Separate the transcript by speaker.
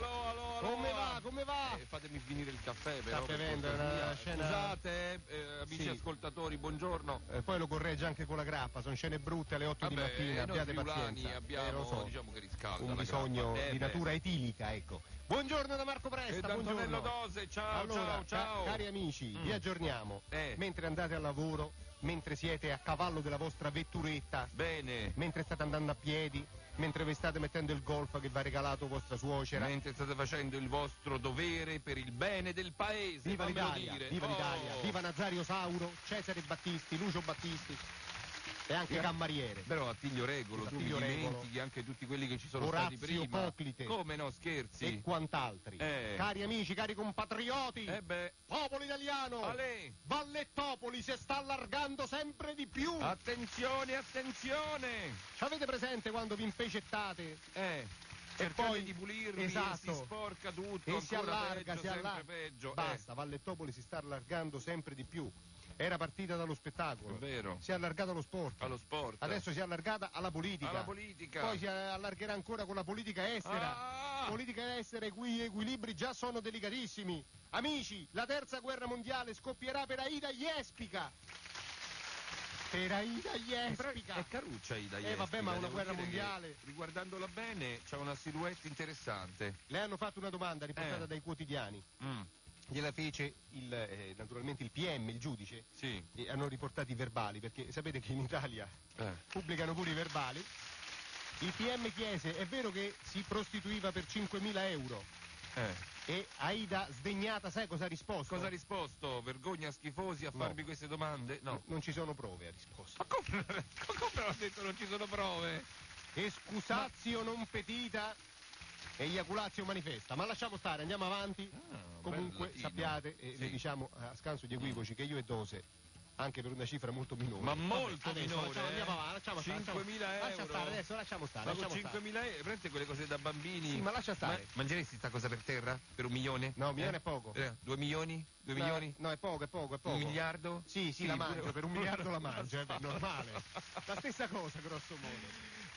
Speaker 1: Nicola.
Speaker 2: Come va? Come va?
Speaker 1: Eh, fatemi finire il caffè però.
Speaker 2: Sta
Speaker 1: per
Speaker 2: bevendo,
Speaker 1: cortesia.
Speaker 2: è una scena-
Speaker 1: Scusate, eh, amici
Speaker 2: Sì.
Speaker 1: ascoltatori, buongiorno.
Speaker 2: Eh, poi lo corregge anche con la grappa, sono scene brutte alle 8 di
Speaker 1: Vabbè, eh,
Speaker 2: mattina,
Speaker 1: noi
Speaker 2: abbiate
Speaker 1: friulani
Speaker 2: pazienza.
Speaker 1: abbiamo,
Speaker 2: Eh, lo so,
Speaker 1: diciamo che riscalda
Speaker 2: un
Speaker 1: la
Speaker 2: bisogno
Speaker 1: grappa. Eh,
Speaker 2: di
Speaker 1: beh.
Speaker 2: natura etilica, ecco. Buongiorno da Marco
Speaker 1: E
Speaker 2: Presta,
Speaker 1: da Antonello
Speaker 2: buongiorno.
Speaker 1: Dose, ciao,
Speaker 2: Allora,
Speaker 1: ciao,
Speaker 2: ca-
Speaker 1: ciao.
Speaker 2: cari amici,
Speaker 1: Mm.
Speaker 2: vi aggiorniamo.
Speaker 1: Eh.
Speaker 2: Mentre andate al lavoro, mentre siete a cavallo della vostra vetturetta,
Speaker 1: Bene.
Speaker 2: mentre state andando a piedi, mentre vi state mettendo il golf che vi ha regalato vostra suocera.
Speaker 1: Mentre state facendo il vostro dovere per il bene del paese,
Speaker 2: Viva
Speaker 1: fammelo
Speaker 2: l'Italia,
Speaker 1: dire.
Speaker 2: viva
Speaker 1: Oh.
Speaker 2: l'Italia, viva Nazario Sauro, Cesare Battisti, Lucio Battisti e anche
Speaker 1: Gra-
Speaker 2: Cammariere.
Speaker 1: Però Attilio Regolo, tu mi
Speaker 2: Attilio Regolo.
Speaker 1: dimentichi anche tutti quelli che ci sono
Speaker 2: Orazio
Speaker 1: stati prima.
Speaker 2: Poclite.
Speaker 1: Come no, scherzi?
Speaker 2: e quant'altri.
Speaker 1: Eh.
Speaker 2: Cari amici, cari compatrioti,
Speaker 1: Eh beh.
Speaker 2: popolo italiano,
Speaker 1: Ale.
Speaker 2: Vallettopoli si sta allargando sempre di più.
Speaker 1: Ah. Attenzione, attenzione!
Speaker 2: Ci avete presente quando vi impecettate?
Speaker 1: Eh.
Speaker 2: E
Speaker 1: Cercate
Speaker 2: poi
Speaker 1: di pulirvi,
Speaker 2: esatto.
Speaker 1: si sporca tutto,
Speaker 2: e si
Speaker 1: ancora
Speaker 2: allarga,
Speaker 1: peggio,
Speaker 2: si allarga.
Speaker 1: sempre peggio. Eh,
Speaker 2: Basta, Vallettopoli si sta allargando sempre di più. Era partita dallo spettacolo,
Speaker 1: È vero.
Speaker 2: si è allargata allo sport.
Speaker 1: allo sport.
Speaker 2: Adesso si è allargata alla politica.
Speaker 1: Alla politica.
Speaker 2: Poi si allargherà ancora con la politica estera.
Speaker 1: Ah!
Speaker 2: Politica estera i cui equilibri già sono delicatissimi. Amici, la terza guerra mondiale scoppierà per Aida Jespica. Per Aida
Speaker 1: Però
Speaker 2: Jespica.
Speaker 1: è caruccia Ida
Speaker 2: Eh, vabbè,
Speaker 1: Jespica,
Speaker 2: ma una
Speaker 1: devo
Speaker 2: guerra
Speaker 1: dire che,
Speaker 2: mondiale.
Speaker 1: Riguardandola bene, c'ha una silhouette interessante.
Speaker 2: Le hanno fatto una domanda riportata
Speaker 1: Eh.
Speaker 2: dai quotidiani.
Speaker 1: Mm,
Speaker 2: Gliela fece il, eh, naturalmente il PM, il giudice.
Speaker 1: sì.
Speaker 2: E hanno riportato i verbali, perché sapete che in Italia
Speaker 1: Eh.
Speaker 2: pubblicano pure i verbali. Il PM chiese, è vero che si prostituiva per 5.000 euro?
Speaker 1: eh.
Speaker 2: E Aida, sdegnata, sai cosa ha risposto?
Speaker 1: Cosa ha risposto? Vergogna schifosi a
Speaker 2: No.
Speaker 1: farmi queste domande? No.
Speaker 2: Non ci sono prove, ha risposto.
Speaker 1: Ma come, come ho detto non ci sono prove?
Speaker 2: Excusatio non petita, eiaculatio manifesta. Ma lasciamo stare, andiamo avanti.
Speaker 1: Ah, bel
Speaker 2: Comunque
Speaker 1: latino.
Speaker 2: sappiate, e
Speaker 1: Sì.
Speaker 2: vi diciamo a scanso di equivoci, che io e Dose, anche per una cifra molto minore.
Speaker 1: Ma
Speaker 2: Vabbè,
Speaker 1: molto
Speaker 2: adesso
Speaker 1: minore,
Speaker 2: Lasciamo, andiamo
Speaker 1: eh.
Speaker 2: avanti, lasciamo stare. lasciamo-
Speaker 1: 5.000 euro.
Speaker 2: Lascia stare, adesso lasciamo stare.
Speaker 1: Ma con
Speaker 2: lasciamo stare.
Speaker 1: 5.000 euro, prendete quelle cose da bambini.
Speaker 2: Sì, ma lascia stare.
Speaker 1: mangeresti sta cosa per terra? Per un milione?
Speaker 2: No, un milione è poco.
Speaker 1: 2 due milioni? Due milioni?
Speaker 2: No, è poco, è poco, è poco.
Speaker 1: Un miliardo?
Speaker 2: Sì, sì, la
Speaker 1: pure-
Speaker 2: mangio, per un miliardo la mangio, è normale. La stessa cosa, grosso modo.